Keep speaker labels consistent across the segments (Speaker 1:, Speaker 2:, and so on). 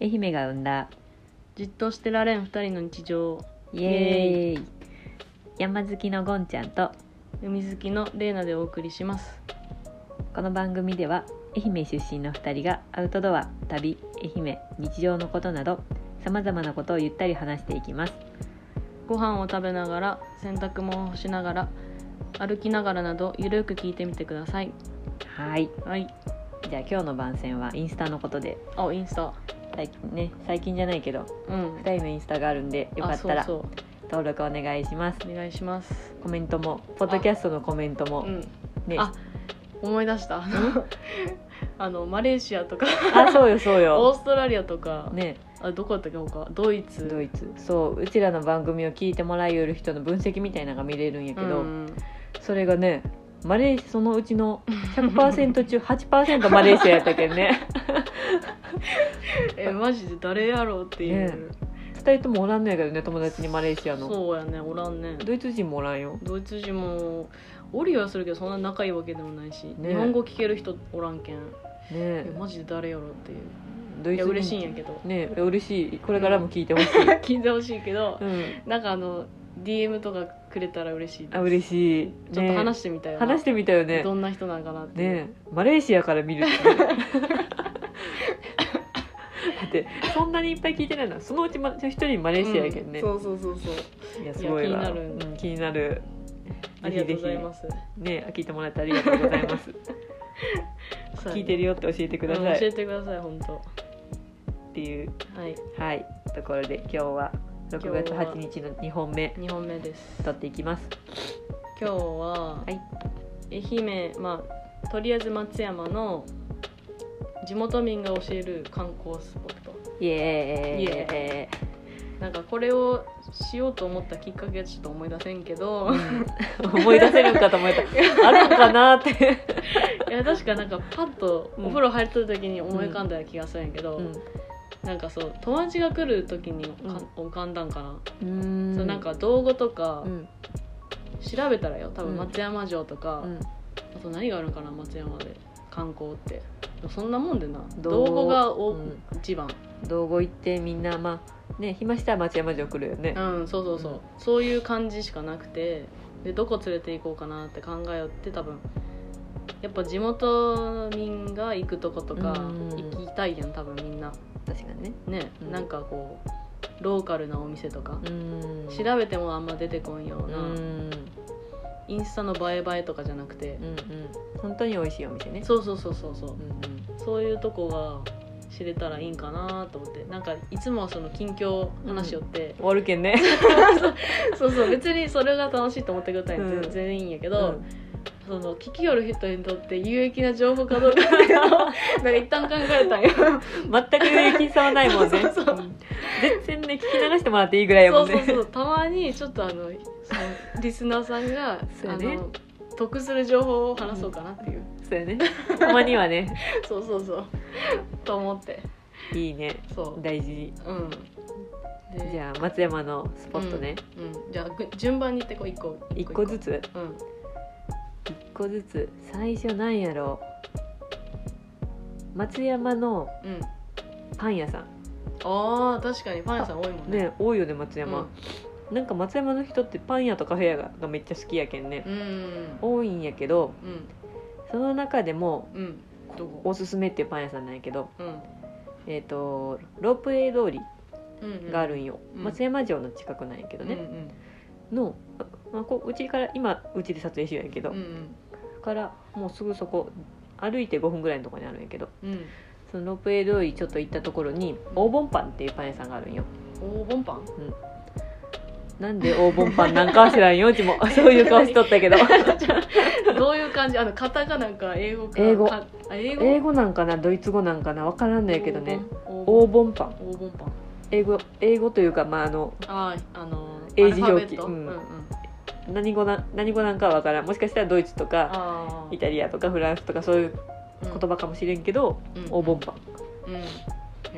Speaker 1: 愛媛が生んだ
Speaker 2: じっとしてられん二人の日常
Speaker 1: イエーイ山好きのゴンちゃんと
Speaker 2: 海好きのレイナでお送りします
Speaker 1: この番組では愛媛出身の2人がアウトドア旅愛媛日常のことなどさまざまなことをゆったり話していきます
Speaker 2: ご飯を食べながら洗濯物を干しながら歩きながらなどゆるく聞いてみてください
Speaker 1: はい
Speaker 2: はい
Speaker 1: じゃあ今日の番宣はインスタのことで
Speaker 2: あインスタ
Speaker 1: 最近ね最近じゃないけど
Speaker 2: うん
Speaker 1: 2人のインスタがあるんでよかった
Speaker 2: あ
Speaker 1: ら
Speaker 2: そうそ
Speaker 1: 登録お願いします
Speaker 2: うお願いします
Speaker 1: コメントもポッドキャストのコメント
Speaker 2: う
Speaker 1: も
Speaker 2: ん
Speaker 1: ね
Speaker 2: あ思い出したあの あのマレーシアとか
Speaker 1: あそうよそう
Speaker 2: オ
Speaker 1: よ
Speaker 2: ーストラリアとか、
Speaker 1: ね
Speaker 2: あどこだったっけ他ドイツ
Speaker 1: ドイツそううちらの番組を聞いてもらいよる人の分析みたいなのが見れるんやけど、
Speaker 2: うん
Speaker 1: それがねマレーシアそのうちの100%中8%マレーシアやったけん ね
Speaker 2: えマジで誰やろうっていう、
Speaker 1: 2人ともおらんのやけどね友達にマレーシアの
Speaker 2: そうやねおらんね
Speaker 1: ドイツ人もおらんよ
Speaker 2: ドイツ人もおりはするけどそんな仲いいわけでもないし、
Speaker 1: ね
Speaker 2: 日本語聞ける人おらんけん
Speaker 1: ね
Speaker 2: えマジで誰やろうっていう
Speaker 1: ドイ
Speaker 2: いや
Speaker 1: ツ
Speaker 2: 嬉しいん
Speaker 1: 人
Speaker 2: やけど
Speaker 1: ね嬉しいこれからも聞いてほしい、
Speaker 2: 聞いてほしいけど
Speaker 1: うん、
Speaker 2: なんかあの DM とかくれたら嬉しいです
Speaker 1: あ嬉しい
Speaker 2: ちょっと話
Speaker 1: し
Speaker 2: してみたい
Speaker 1: て
Speaker 2: な、
Speaker 1: 話してみたよね
Speaker 2: どんな人なんかなっていう、
Speaker 1: ねマレーシアから見る ってねだってそんなにいっぱい聞いてないのそのうちま一人マレーシアやけどね、
Speaker 2: うんそうそうそうそう
Speaker 1: いやすごいわ
Speaker 2: いや気になる
Speaker 1: うん、気になる
Speaker 2: ありがとうございます
Speaker 1: ね聞いてもらってありがとうござい ます聞いて
Speaker 2: る
Speaker 1: るよって教えてください、
Speaker 2: 教え
Speaker 1: って
Speaker 2: ください本当
Speaker 1: ていう
Speaker 2: はい
Speaker 1: はいところで今日は6月
Speaker 2: 今日は
Speaker 1: 8日の2本目
Speaker 2: 2本目です
Speaker 1: 撮っていきます
Speaker 2: 今日は、
Speaker 1: はい
Speaker 2: 愛媛まあとりあえず松山の地元民が教える観光スポット
Speaker 1: イエーイ
Speaker 2: イエなんかこれをしようと思ったきっかけはちょっと思 い出せんけど
Speaker 1: うん 思い出せるんかと思った あるんかなって
Speaker 2: いや確かなんかパッと
Speaker 1: うん
Speaker 2: お風呂入っとる時に思い浮かんだような気がするんやけど、
Speaker 1: うん
Speaker 2: なんかそう友達が来る時にか浮かんだんかな、そうなんか道具とか
Speaker 1: うん
Speaker 2: 調べたらよ多
Speaker 1: うん
Speaker 2: 分松山城とか、
Speaker 1: うん
Speaker 2: あと何があるんかな松山で観光ってそんなもんでな
Speaker 1: 道
Speaker 2: 道後がお、
Speaker 1: うん
Speaker 2: 一番
Speaker 1: 道後行ってみんなまあね暇したら松山城来るよね
Speaker 2: うんそうそうそう、
Speaker 1: うん
Speaker 2: そういう感じしかなくてでどこ連れて行こうかなって考えよって多分やっぱ地元民が行くとことか
Speaker 1: うん
Speaker 2: 行きたいやん多分みんな
Speaker 1: 確かにね
Speaker 2: ね、
Speaker 1: うん
Speaker 2: なんかこうローカルなお店とか、
Speaker 1: うん
Speaker 2: 調べてもあんま出てこんような、
Speaker 1: うん
Speaker 2: インスタの映え映えとかじゃなくて
Speaker 1: うん、うん本当に美味しいお店ね
Speaker 2: そうそうそうそうそう
Speaker 1: うんうん
Speaker 2: そういうとこが知れたらいいんかなと思ってなんかいつもはその近況話しよって、
Speaker 1: 終わるけんね
Speaker 2: そうそう別にそれが楽しいと思ってくれたら全然いいんやけ ど、その聞きよる人にとって有益な情報かどうかっていうのをなんか一旦考え たんよ
Speaker 1: 全く有益さはないもんね
Speaker 2: そうそうそう
Speaker 1: うん全然ね聞き流してもらっていいぐらいやもん
Speaker 2: そうそう
Speaker 1: ね
Speaker 2: そうたまにちょっとあのそのリスナーさんが、
Speaker 1: そう
Speaker 2: あ
Speaker 1: やね
Speaker 2: の得する情報を話そうかなっていう、
Speaker 1: そうやねたまにはね
Speaker 2: そうそうそうと思って
Speaker 1: いいね
Speaker 2: そ
Speaker 1: 大事
Speaker 2: ううんで
Speaker 1: じゃあ松山のスポットね
Speaker 2: うん、じゃあぐ順番に言ってこう一個
Speaker 1: 一個ずつ
Speaker 2: うん
Speaker 1: 一個ずつ最初なんやろう松山の
Speaker 2: うん
Speaker 1: パン屋さん
Speaker 2: あー確かにパン屋さん多いもんね
Speaker 1: ね多いよね松
Speaker 2: うん
Speaker 1: 山、なんか松山の人ってパン屋とカフェ屋ががめっちゃ好きやけんね
Speaker 2: うん
Speaker 1: 多いんやけど
Speaker 2: うん
Speaker 1: その中でも
Speaker 2: うんどこ
Speaker 1: おすすめっていうパン屋さんなんやけど
Speaker 2: うん
Speaker 1: えっ、とロープウェイ通り
Speaker 2: うん
Speaker 1: があるんよ、
Speaker 2: うん
Speaker 1: 松山城の近くなんやけどね、の、まあ、こううちから今うちで撮影しようやけど、
Speaker 2: うんうん
Speaker 1: からもうすぐそこ歩いて5分ぐらいのところにあるんやけど
Speaker 2: うんうん
Speaker 1: そのロープウェイ通りちょっと行ったところに黄金パンっていうパン屋さんがあるんよ
Speaker 2: おーボンパン
Speaker 1: なんで黄金パンなんかは知らん ようちもそういう顔しとったけど
Speaker 2: どういう感じあの型がなんか英語か
Speaker 1: 英語
Speaker 2: ああ英語
Speaker 1: 英語なんかなドイツ語なんかな分からんのやけどね
Speaker 2: 黄
Speaker 1: 黄金パン
Speaker 2: 金黄金パン
Speaker 1: 英語英語というかまああの
Speaker 2: あーあの
Speaker 1: 英字表記
Speaker 2: アルファベット
Speaker 1: う
Speaker 2: うんんうん
Speaker 1: 何語な何語なんかは分からんもしかしたらドイツとか
Speaker 2: あ
Speaker 1: イタリアとかフランスとかそういう
Speaker 2: 言
Speaker 1: 言葉かもしれんけど、黄金パン
Speaker 2: うん
Speaker 1: っ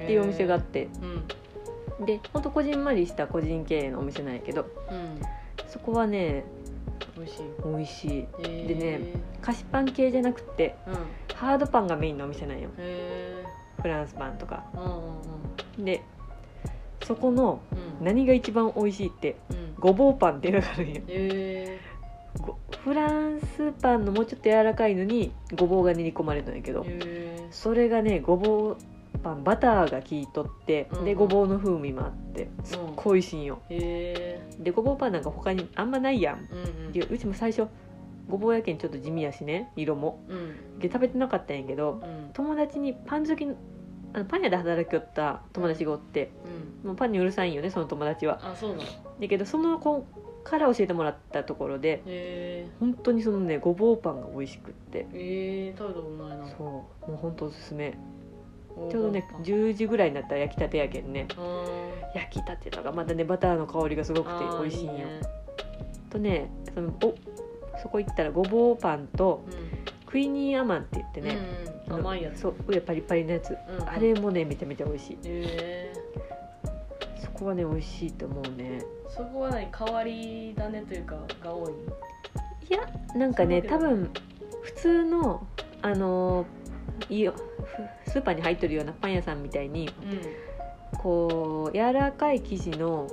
Speaker 1: ていうお店があっ
Speaker 2: へ
Speaker 1: て
Speaker 2: ーうん
Speaker 1: でほんとこじんまりした個人経営のお店なんやけど
Speaker 2: うん
Speaker 1: そこはね
Speaker 2: 美味しい
Speaker 1: 美味しい
Speaker 2: へー
Speaker 1: でね菓子パン系じゃなくて
Speaker 2: うん
Speaker 1: ハードパンがメインのお店なんよ
Speaker 2: へえ
Speaker 1: フランスパンとか
Speaker 2: うんうん
Speaker 1: でそこの
Speaker 2: うん
Speaker 1: 何が一番美味しいって
Speaker 2: うん
Speaker 1: ごぼうパンっていうのがあるんよ
Speaker 2: え
Speaker 1: ごフランスパンのもうちょっと柔らかいのにごぼうが練り込まれたんやけ
Speaker 2: ー
Speaker 1: ど
Speaker 2: え
Speaker 1: それがねごぼうパンバターが効いとって
Speaker 2: うんう
Speaker 1: で
Speaker 2: ん
Speaker 1: ごぼうの風味もあってすっごい美味しいんよ
Speaker 2: ーえ
Speaker 1: でごぼうパンなんか他にあんまないやん
Speaker 2: ーうん
Speaker 1: でうちも最初ごぼうやけんちょっと地味やしね色も
Speaker 2: うん
Speaker 1: で食べてなかったんやけど
Speaker 2: うんうん
Speaker 1: 友達にパン好きのあのパン屋で働きよった友達がおって
Speaker 2: うん
Speaker 1: もうパンにうるさいんよねその友達は
Speaker 2: あそうなの
Speaker 1: だけどその子から教えてもらったところで
Speaker 2: え
Speaker 1: 本当にそのねごぼうパンが美味しくって
Speaker 2: ーえー食べたことないな
Speaker 1: そうもう本当おすすめ
Speaker 2: おー
Speaker 1: ちょうどね
Speaker 2: あ
Speaker 1: 10時ぐらいになったら焼きたてやけんね
Speaker 2: ー
Speaker 1: 焼きたてとかまたねバターの香りがすごくて美味しいんよ
Speaker 2: あーね
Speaker 1: とねそのおそこ行ったらごぼうパンとクイニーアマンって言って
Speaker 2: うん
Speaker 1: ね、
Speaker 2: うんうん甘いやつ
Speaker 1: そう上パリパリのやつ
Speaker 2: うんうん
Speaker 1: あれもねめちゃめちゃ美味しい
Speaker 2: えー
Speaker 1: そこはね美味しいと思うね
Speaker 2: そこは何変わり種というかが多い
Speaker 1: いやなんかね
Speaker 2: そ
Speaker 1: 多
Speaker 2: うだよ
Speaker 1: 分普通のあのーいいよふスーパーに入ってるようなパン屋さんみたいに
Speaker 2: う
Speaker 1: こう柔らかい生地の
Speaker 2: んうん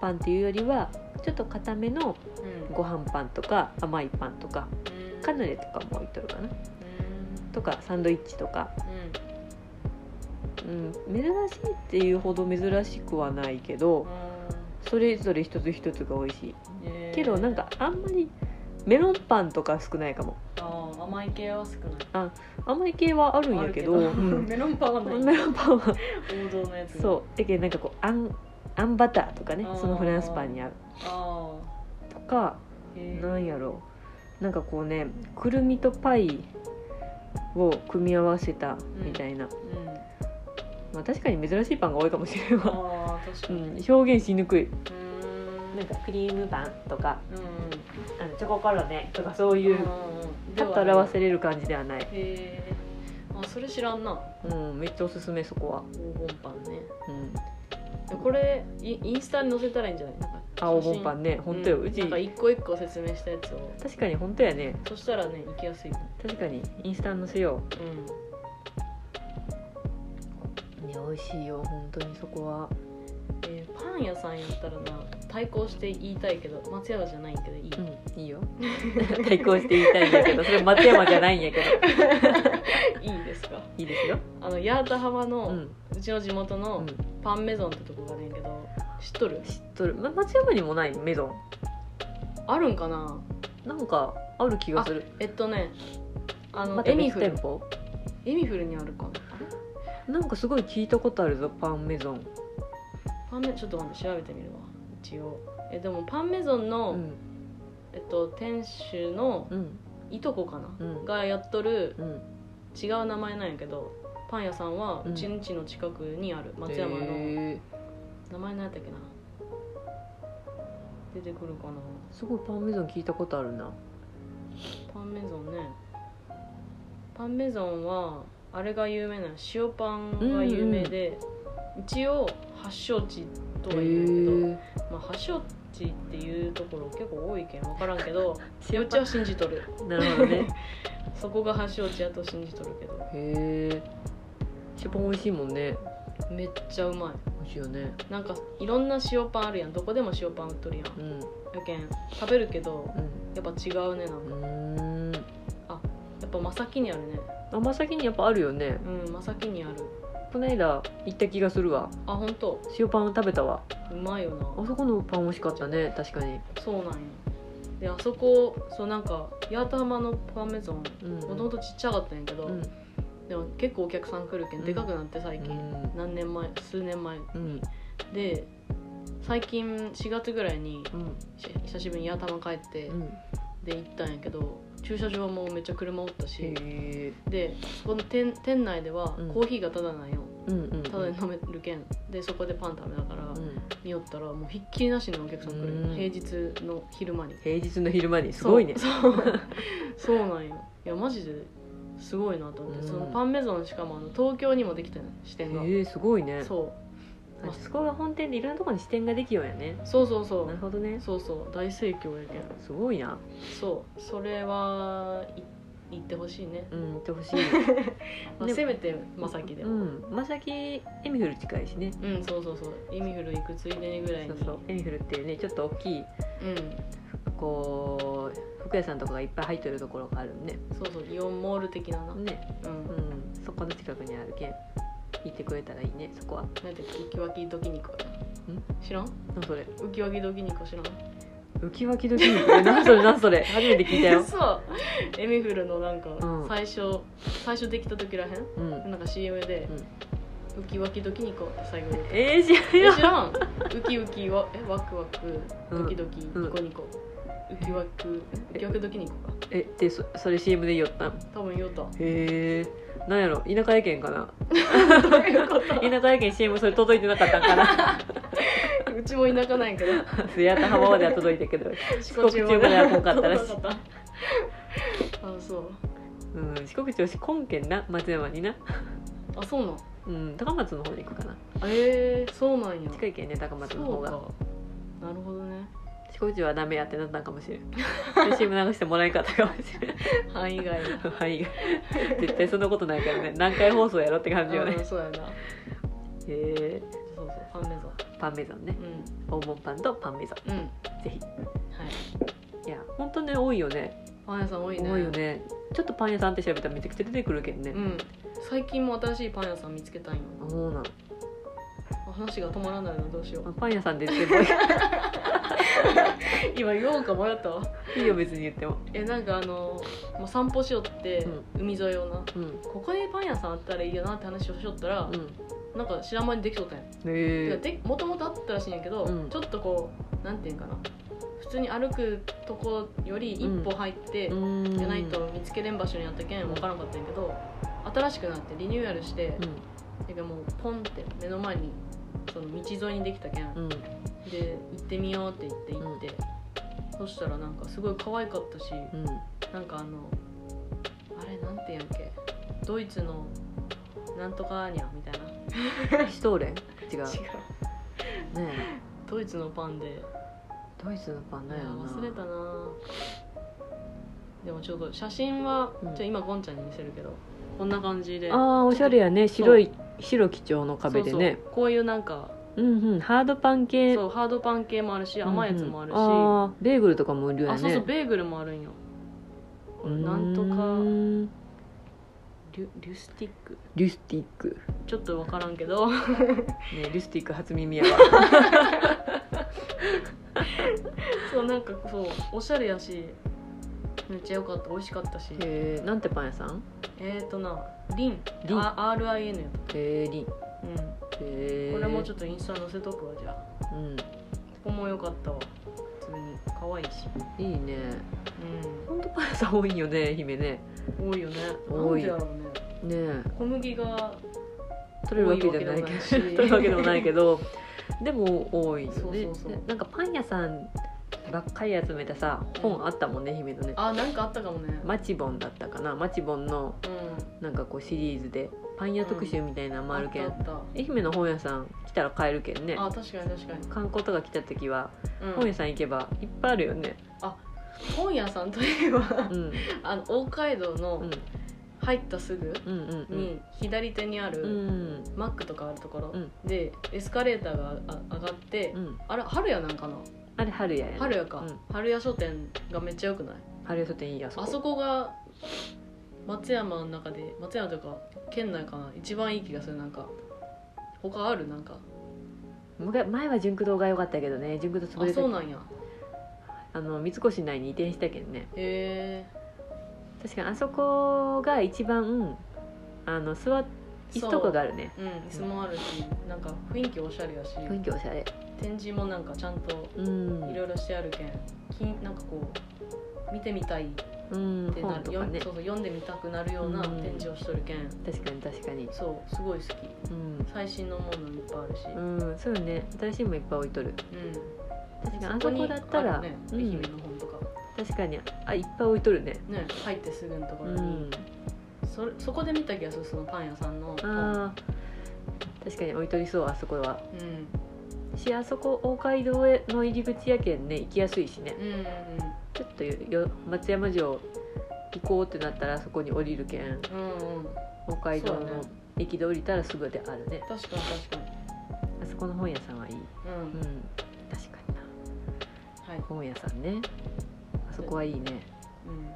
Speaker 1: パンっていうよりはちょっと固めの
Speaker 2: うん
Speaker 1: ご飯パンとか甘いパンとかカヌレとかも置いとるかな
Speaker 2: うん
Speaker 1: とかサンドイッチとか、
Speaker 2: うん
Speaker 1: うん、珍しいっていうほど珍しくはないけどそれぞれ一つ一つが美味しい
Speaker 2: えー
Speaker 1: けどなんかあんまりメロンパンとか少ないかも
Speaker 2: あー甘い系は少ない
Speaker 1: 甘い系はあるん
Speaker 2: あ
Speaker 1: や
Speaker 2: る
Speaker 1: けどうん
Speaker 2: メロンパンはない
Speaker 1: メロンパンは
Speaker 2: 王道のやつ
Speaker 1: そうだけどなんかこうあんあんバターとかね
Speaker 2: あー
Speaker 1: そのフランスパンに合う
Speaker 2: あ
Speaker 1: とか
Speaker 2: ーへー
Speaker 1: なんやろうなんかこうねくるみとパイを組み合わせたみたいな、
Speaker 2: うん
Speaker 1: まあ、確かに珍しいパンが多いかもしれんわ、
Speaker 2: あー確
Speaker 1: う、
Speaker 2: かにうん
Speaker 1: 表現しにくい
Speaker 2: ーん
Speaker 1: なんかクリームパンとか
Speaker 2: うんうん
Speaker 1: あのチョココロネとかそういう
Speaker 2: うん
Speaker 1: パッと表せれる感じではない、
Speaker 2: へえあそれ知らんな
Speaker 1: うん、めっちゃおすすめそこは、
Speaker 2: 黄金パンね
Speaker 1: うん、
Speaker 2: これインインスタに載せたらいいんじゃないなんか
Speaker 1: 青本パ
Speaker 2: ン
Speaker 1: ンね本当よ、うち
Speaker 2: なんか一個一個説明したやつを
Speaker 1: 確かに本当やね
Speaker 2: そしたらね行きやすいよ
Speaker 1: 確かにインスタンのせよ
Speaker 2: うん
Speaker 1: ういや美味しいよ本当にそこは
Speaker 2: えーパン屋さんやったらな対抗して言いたいけど松山じゃないけどいい、
Speaker 1: うんいいよ 対抗して言いたいんだけどそれ松山じゃないんやけど
Speaker 2: いいですか
Speaker 1: いいですよ
Speaker 2: あの八幡浜
Speaker 1: う、
Speaker 2: の、うんちの地元
Speaker 1: う
Speaker 2: の
Speaker 1: ん、知っ
Speaker 2: パンメゾンってとこがあるんやけど知っとる
Speaker 1: とる、ま、松山にもないメゾン
Speaker 2: あるんかな
Speaker 1: なんかある気がする
Speaker 2: えっとねあの、
Speaker 1: また
Speaker 2: エミ
Speaker 1: 別
Speaker 2: フル
Speaker 1: 店舗
Speaker 2: エミフルにあるかな
Speaker 1: なんかすごい聞いたことあるぞパンメゾン
Speaker 2: パンメちょっと待って調べてみるわ一応えでもパンメゾンの、
Speaker 1: うん
Speaker 2: えっと、店主の
Speaker 1: うん
Speaker 2: いとこかな、
Speaker 1: うん
Speaker 2: がやっとる
Speaker 1: うん
Speaker 2: 違う名前なんやけどパン屋さんは
Speaker 1: うん
Speaker 2: うちんちの近くにある、松山
Speaker 1: へ
Speaker 2: の、
Speaker 1: ー
Speaker 2: 名前何やったっけな出てくるかな
Speaker 1: すごいパンメゾン聞いたことあるな
Speaker 2: パンメゾンねパンメゾンはあれが有名なの塩パンが有名で、一応発祥地とは言うんや
Speaker 1: へ
Speaker 2: けど、まあ、発祥地っていうところ結構多いけん分からんけ どうちは信じとる
Speaker 1: ーなるほどね
Speaker 2: そこが発祥地やと信じとるけど
Speaker 1: へえ塩パン美味しいもんね
Speaker 2: めっちゃうま
Speaker 1: 美味しいよね
Speaker 2: いなんかいろんな塩パンあるやんどこでも塩パン売っとるやん
Speaker 1: う
Speaker 2: や
Speaker 1: ん
Speaker 2: けん食べるけど
Speaker 1: うん
Speaker 2: やっぱ違うねなん
Speaker 1: う
Speaker 2: か
Speaker 1: ーん
Speaker 2: やっぱ真先にあるね
Speaker 1: 甘先にやっぱあるよね
Speaker 2: うん真先にある
Speaker 1: この間行った気がするわ
Speaker 2: あ本当
Speaker 1: 塩パンを食べたわ
Speaker 2: うまいよ
Speaker 1: あ
Speaker 2: な
Speaker 1: そこのパン美味しかったね確かに
Speaker 2: そうなんやであそこそうなんか八幡浜のパンメゾン
Speaker 1: うん
Speaker 2: もともとちっちゃかったんやけど、
Speaker 1: うん
Speaker 2: でも結構お客さん来るけ
Speaker 1: うん
Speaker 2: んでかくなって最
Speaker 1: う
Speaker 2: 近、
Speaker 1: ん
Speaker 2: 何年前数年前
Speaker 1: うん
Speaker 2: で最近4月ぐらいに
Speaker 1: うん
Speaker 2: し久しぶりに八幡浜帰って、
Speaker 1: うん
Speaker 2: で行ったんやけど駐車場もめっちゃ車おったし
Speaker 1: へえ
Speaker 2: でそこの店店内では
Speaker 1: うん
Speaker 2: コーヒーがタダなんよ、
Speaker 1: うんうん
Speaker 2: タダで飲めるけんでそこでパン食べながら、
Speaker 1: うん
Speaker 2: によったらもうひっきりなしのお客さん来る、
Speaker 1: うん
Speaker 2: 平日の昼間に
Speaker 1: 平日の昼間にすごいね
Speaker 2: そうそうそうなんよいやマジですごいなと思って、
Speaker 1: うん
Speaker 2: そのパンメゾンしかもあの東京にもできたの支店が、
Speaker 1: へえすごいね
Speaker 2: そう
Speaker 1: あそこが本店でいろんなところに支店ができようやね
Speaker 2: そうそうそ
Speaker 1: なる
Speaker 2: う
Speaker 1: ほどね
Speaker 2: そうそう大盛況やけん
Speaker 1: すごいな
Speaker 2: そうそれは行っ行ってほしいね、
Speaker 1: うん行ってほしい
Speaker 2: まあ、
Speaker 1: で
Speaker 2: せめてまさきで
Speaker 1: う
Speaker 2: も
Speaker 1: んまさきエミフル近いしね
Speaker 2: うん、そうそうそうエミフル行くついでにぐらい
Speaker 1: そ
Speaker 2: に
Speaker 1: うそうエミフルっていうねちょっと大きい
Speaker 2: うん
Speaker 1: こう服屋さんとかがいっぱい入ってるところがあるんね
Speaker 2: そうそうイオンモール的なな、うん
Speaker 1: ねうんそこの近くにあるけん行ってくれたらいいねそこは
Speaker 2: なんてウキワキドキニコ知らん
Speaker 1: 何それ
Speaker 2: ウキワキドキニコ知らん
Speaker 1: 浮き湧きドキドキえ何そ れ何それ初めて聞いたよ
Speaker 2: そうエミフルのなんか
Speaker 1: うん
Speaker 2: 最初、最初できた時らへん
Speaker 1: うん
Speaker 2: なんか CM で「ウキワキドキニコ」って最後に
Speaker 1: えー、知らん
Speaker 2: え
Speaker 1: よ
Speaker 2: 知らんウキウキわえワクワクドキドキ
Speaker 1: うん
Speaker 2: ニコニコ、ウキワクウキワクドキニコか
Speaker 1: えでそそれ CM で言おったん
Speaker 2: 多分言うた
Speaker 1: へえんやろ田舎やけんかな
Speaker 2: ど ういうこ
Speaker 1: 田舎やけん CM それ届いてなかったんか な
Speaker 2: とうちも田舎なんやけど
Speaker 1: やった浜までは届いたけど、
Speaker 2: 四
Speaker 1: 国地方までは来んかったらしい
Speaker 2: あそう
Speaker 1: うん、四国地方し根県な松山にな、
Speaker 2: あそうなん
Speaker 1: うん、高松の方に行くかな
Speaker 2: えー、そうなんや
Speaker 1: 近いけんね高松の
Speaker 2: そ
Speaker 1: 方
Speaker 2: う
Speaker 1: が
Speaker 2: かなるほどね
Speaker 1: 四国地方はダメやってなったんかもしれん CM 流してもらえんかったかもしれん
Speaker 2: 範囲 外の
Speaker 1: はい絶対そんなことないからね何回放送やろって感じよね
Speaker 2: うんそうやな
Speaker 1: へえ
Speaker 2: そうそうパンメゾ
Speaker 1: パンメゾンね
Speaker 2: ン
Speaker 1: 黄金パンとパンメゾ
Speaker 2: うんうん
Speaker 1: ンぜひ
Speaker 2: はい
Speaker 1: いや本当ね多いよね
Speaker 2: パン屋さん多いね
Speaker 1: 多いよねちょっとパン屋さんって調べたらめちゃくちゃ出てくるけんね、
Speaker 2: うん最近も新しいパン屋さん見つけたんよ
Speaker 1: そうなの
Speaker 2: あ話が止まらないなどうしよ
Speaker 1: あ
Speaker 2: う
Speaker 1: パン屋さんで言ってもいい
Speaker 2: 今言おうか迷ったわ
Speaker 1: いいよ別に言っても
Speaker 2: えなんかあの、まあ、散歩しよって、海沿いをな
Speaker 1: うん
Speaker 2: ここにパン屋さんあったらいいよなって話をしよったら、
Speaker 1: うん
Speaker 2: なんか知らん間にできとったんや
Speaker 1: へえ
Speaker 2: もともとあったらしいんやけど、
Speaker 1: うん
Speaker 2: ちょっとこうなんていうんかな普通に歩くとこより一歩入って、
Speaker 1: うん
Speaker 2: じゃないと見つけれん場所にあったけん
Speaker 1: うん
Speaker 2: 分からんかったんやけど新しくなってリニューアルして、てかもうポンって目の前にその道沿いにできたけん、
Speaker 1: うんうん
Speaker 2: で行ってみようって言って行って、そしたらなんかすごい可愛かったし
Speaker 1: うん
Speaker 2: なんかあのあれなんていうんやっけドイツのなんとかにゃみたいな
Speaker 1: シュトーレン違うねえ
Speaker 2: ドイツのパンで
Speaker 1: ドイツのパン
Speaker 2: い
Speaker 1: だ
Speaker 2: や
Speaker 1: よな
Speaker 2: 忘れたなでもちょっと写真は、
Speaker 1: うん
Speaker 2: じゃあ今ゴンちゃんに見せるけどこんな感じで
Speaker 1: あーおしゃれやね白い白基調の壁でね
Speaker 2: そうそうこういうなんか
Speaker 1: うんうんハードパン系
Speaker 2: そうハードパン系もあるし甘いやつもあるし、
Speaker 1: うんうんあーベーグルとかも売るよね
Speaker 2: あそうそうベーグルもあるんよ
Speaker 1: うー
Speaker 2: なんとか
Speaker 1: ん
Speaker 2: リュリュスティック
Speaker 1: リュスティック
Speaker 2: ちょっと分からんけど
Speaker 1: ねリュスティック初耳やわ
Speaker 2: そうなんかそうおしゃれやしめっちゃ良かった美味しかったし
Speaker 1: へ えなんてパン屋さん
Speaker 2: えっ、ー、となリン
Speaker 1: リン
Speaker 2: あ RIN やっ
Speaker 1: へえリン
Speaker 2: た、うん、
Speaker 1: へえ
Speaker 2: これもちょ
Speaker 1: っ
Speaker 2: っとインスタ載せとくわじゃあ
Speaker 1: とうん
Speaker 2: ここも良かったわ普通に可愛いし
Speaker 1: いいね本当パン屋さん多いよね姫ね
Speaker 2: うん多いよね
Speaker 1: 多い
Speaker 2: なんでだろうね
Speaker 1: ねえ
Speaker 2: 小麦が
Speaker 1: 取れるわけじゃないけど取れるわけでもないけどでも多いよね
Speaker 2: そうそうそう
Speaker 1: ねなんかパン屋さんばっかり集めたさ本あったもんね姫のね
Speaker 2: あなんかあったかもね、
Speaker 1: マチボンだったかなマチボンの
Speaker 2: うん
Speaker 1: なんかこうシリーズでパン屋特集みたいなのもあるけん、
Speaker 2: あったあっ
Speaker 1: 愛媛の本屋さん来たら買えるけんね
Speaker 2: たあ確かに確かに、
Speaker 1: 観光とか来た時は
Speaker 2: うん
Speaker 1: 本屋さん行けばいっぱいあるよね
Speaker 2: 本屋さんといえば
Speaker 1: うん
Speaker 2: あの大街道
Speaker 1: う
Speaker 2: の
Speaker 1: ん
Speaker 2: 入ったすぐ
Speaker 1: うんうんうん
Speaker 2: に左手にあ
Speaker 1: う
Speaker 2: る
Speaker 1: ん
Speaker 2: マックとかあるところ、
Speaker 1: うん
Speaker 2: でエスカレーターがああ上がって、
Speaker 1: うん
Speaker 2: あれ春屋なんかな
Speaker 1: あれ春屋やね
Speaker 2: 春屋か、
Speaker 1: うん
Speaker 2: 春屋書店がめっちゃ良くない
Speaker 1: 春屋書店いいやそ
Speaker 2: あ
Speaker 1: こ
Speaker 2: そこが松山の中で松山というか県内かな一番いい気がするなんか他あるなんか
Speaker 1: 昔前は純駆堂が良かったけどね純駆堂潰
Speaker 2: あ
Speaker 1: れて
Speaker 2: そうなんや
Speaker 1: あの三越内に移転したけんね
Speaker 2: へ
Speaker 1: 確かにあそこが一番あの座っ
Speaker 2: え
Speaker 1: 椅子とかがあるね
Speaker 2: うん椅子もあるしなんか雰囲気おしゃれやし
Speaker 1: 雰囲気おしゃれ
Speaker 2: 展示もなんかちゃんと
Speaker 1: うん
Speaker 2: いろいろしてあるけんきんなんかこう見てみたいって
Speaker 1: うん
Speaker 2: な
Speaker 1: 本
Speaker 2: る
Speaker 1: と
Speaker 2: よ
Speaker 1: か
Speaker 2: ん
Speaker 1: ね
Speaker 2: そうそう読んでみたくなるような
Speaker 1: うん
Speaker 2: 展示をしとるけん
Speaker 1: 確かに確かに
Speaker 2: そうすごい好き
Speaker 1: うん
Speaker 2: 最新のものいっぱいあるしう
Speaker 1: うん、そうよね新しいもいっぱい置いとる
Speaker 2: ん
Speaker 1: 確かにあ
Speaker 2: で
Speaker 1: そ
Speaker 2: に
Speaker 1: こだったら、
Speaker 2: あるね
Speaker 1: う
Speaker 2: 愛媛
Speaker 1: ん
Speaker 2: の、本とか
Speaker 1: 確かにあいっぱい置いとるね
Speaker 2: ね入ってすぐのとこ
Speaker 1: う
Speaker 2: ろに
Speaker 1: ん
Speaker 2: それそこで見た気がするそのパン屋さんの
Speaker 1: あー確かに置いとりそうあそこは
Speaker 2: うん
Speaker 1: しあそこ大街道への入り口やけんね行きやすいしね
Speaker 2: うんうんうん
Speaker 1: ちょっとよよ松山城行こうってなったらそこに降りるけん
Speaker 2: うんうん
Speaker 1: 北海道
Speaker 2: そう
Speaker 1: の
Speaker 2: ね
Speaker 1: 駅で降りたらすぐであるね
Speaker 2: 確かに確かに
Speaker 1: あそこの本屋さんはいい
Speaker 2: うん、
Speaker 1: うん確かにな
Speaker 2: はい、
Speaker 1: 本屋さんねあそこはいいね
Speaker 2: うん、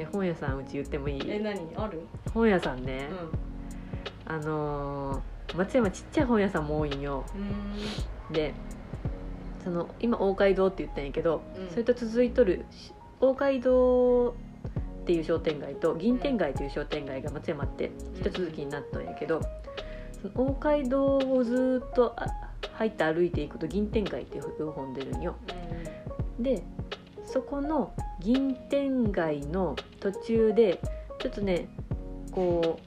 Speaker 1: え本屋さんうち言ってもい
Speaker 2: え
Speaker 1: い
Speaker 2: 何ある
Speaker 1: 本屋さんね
Speaker 2: う、
Speaker 1: あのー松山ちっちゃい本屋さんも多いんよ
Speaker 2: んう
Speaker 1: でその今大街道って言ったんやけど、
Speaker 2: うん
Speaker 1: それと続いとるし大街道っていう商店街と銀天街という商店街が松山って一続きになったんやけど、その大街道をずーっとあ入って歩いていくと銀天街っていう本出るんよ。
Speaker 2: ーん
Speaker 1: でそこの銀天街の途中でちょっとねこ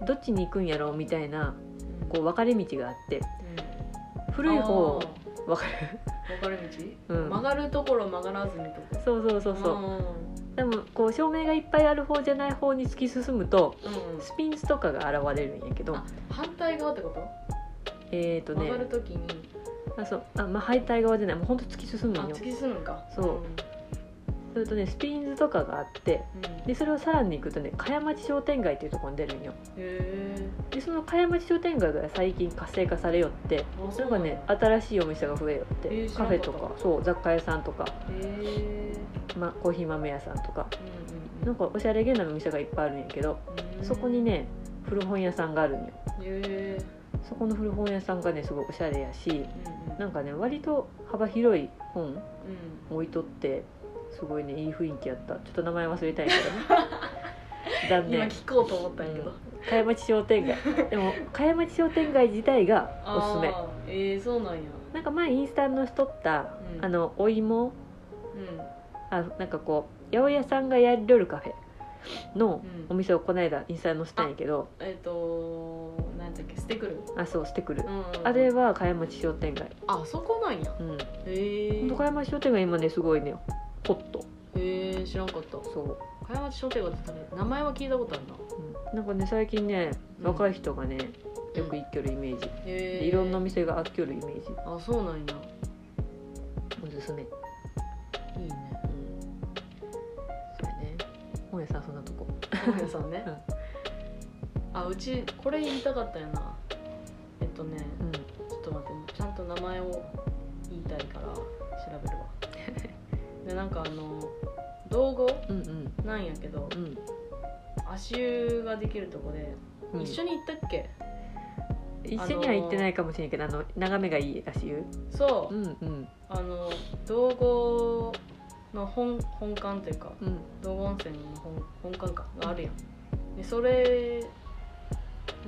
Speaker 1: うどっちに行くんやろうみたいな
Speaker 2: うん
Speaker 1: こう分かれ道があって
Speaker 2: うん
Speaker 1: 古い方
Speaker 2: あー
Speaker 1: 分か
Speaker 2: 分かれ道、
Speaker 1: うん
Speaker 2: 曲がるところ曲がらずにとか
Speaker 1: そうそうそうそうでもこう照明がいっぱいある方じゃない方に突き進むと
Speaker 2: うん、うんうん、
Speaker 1: スピンスとかが現れるんやけど
Speaker 2: あ反対側ってこと、
Speaker 1: えっ、ー、と
Speaker 2: 曲がる
Speaker 1: ね
Speaker 2: ときに
Speaker 1: あそうあ、まあ、反対側じゃないもうほんと突き進む
Speaker 2: あ
Speaker 1: んよ
Speaker 2: 突き進むんか
Speaker 1: そうそれとねスピンズとかがあって
Speaker 2: うん、うん、へ
Speaker 1: でそれをさらに行くとね茅町商店街っていうところに出るんよ
Speaker 2: え
Speaker 1: でその茅町商店街が最近活性化されよって
Speaker 2: あそ
Speaker 1: な
Speaker 2: うん
Speaker 1: か
Speaker 2: なんだ
Speaker 1: ね新しいお店が増えよって、
Speaker 2: えー知
Speaker 1: カ
Speaker 2: らな
Speaker 1: フェ
Speaker 2: かった
Speaker 1: とかそう雑貨屋さんとか、
Speaker 2: へえ
Speaker 1: ま、コーヒー豆屋さんとか
Speaker 2: うんうんう
Speaker 1: なんかおしゃれげなお店がいっぱいあるんやけど、
Speaker 2: んうん
Speaker 1: そこにね古本屋さんがあるんよ
Speaker 2: へえ
Speaker 1: そこの古本屋さんがねすごいおしゃれやし
Speaker 2: うんうん
Speaker 1: なんかね割と幅広い本
Speaker 2: うん
Speaker 1: 置いとってすごいねいい雰囲気やったちょっと名前忘れたいけどね 残
Speaker 2: 今
Speaker 1: 念
Speaker 2: 聞こうと思ったんやけど、
Speaker 1: うん茅町商店街でも茅町商店街自体が
Speaker 2: あ
Speaker 1: おすすめ
Speaker 2: ーえー、そうなんや
Speaker 1: なんか前インスタのしとった、
Speaker 2: うん
Speaker 1: あのお芋
Speaker 2: うん
Speaker 1: あなんかこう八百屋さんがやりょるカフェの
Speaker 2: うん
Speaker 1: お店をこの間インスタに載せたんやけど、
Speaker 2: えっ、となんだっけステクル、
Speaker 1: あそうしてくる、
Speaker 2: うん
Speaker 1: あれは茅町商店街
Speaker 2: あそこなんや
Speaker 1: うん
Speaker 2: へえ
Speaker 1: ほんと茅町商店街今ねすごいねホット
Speaker 2: へえ知らんかった
Speaker 1: そう
Speaker 2: 茅町商店街って多分名前は聞いたことあるな
Speaker 1: うんなんかね最近ね
Speaker 2: うん
Speaker 1: 若い人がね、よく行っきょるイメージ、
Speaker 2: へ
Speaker 1: で
Speaker 2: え
Speaker 1: いろんなお店があっきょるイメージ
Speaker 2: あそうなんや
Speaker 1: おすすめ、うん、
Speaker 2: いいね
Speaker 1: そうやね本屋さんそんなとこ
Speaker 2: 本屋さんね、
Speaker 1: うん
Speaker 2: あうちこれ言いたかったよなえっとね
Speaker 1: うん
Speaker 2: ちょっと待ってちゃんと名前を言いたいから調べるわ でなんかあの道後
Speaker 1: うんうん
Speaker 2: なんやけど
Speaker 1: うん
Speaker 2: 足湯ができるとこで、
Speaker 1: うん
Speaker 2: 一緒に行ったっけ
Speaker 1: 一緒には行ってないかもしれんけどあの眺めがいいらしいよ
Speaker 2: そうう、
Speaker 1: んうん
Speaker 2: あの道後の本本館というか
Speaker 1: うん
Speaker 2: 道後温泉の本本館かがあるやんでそれ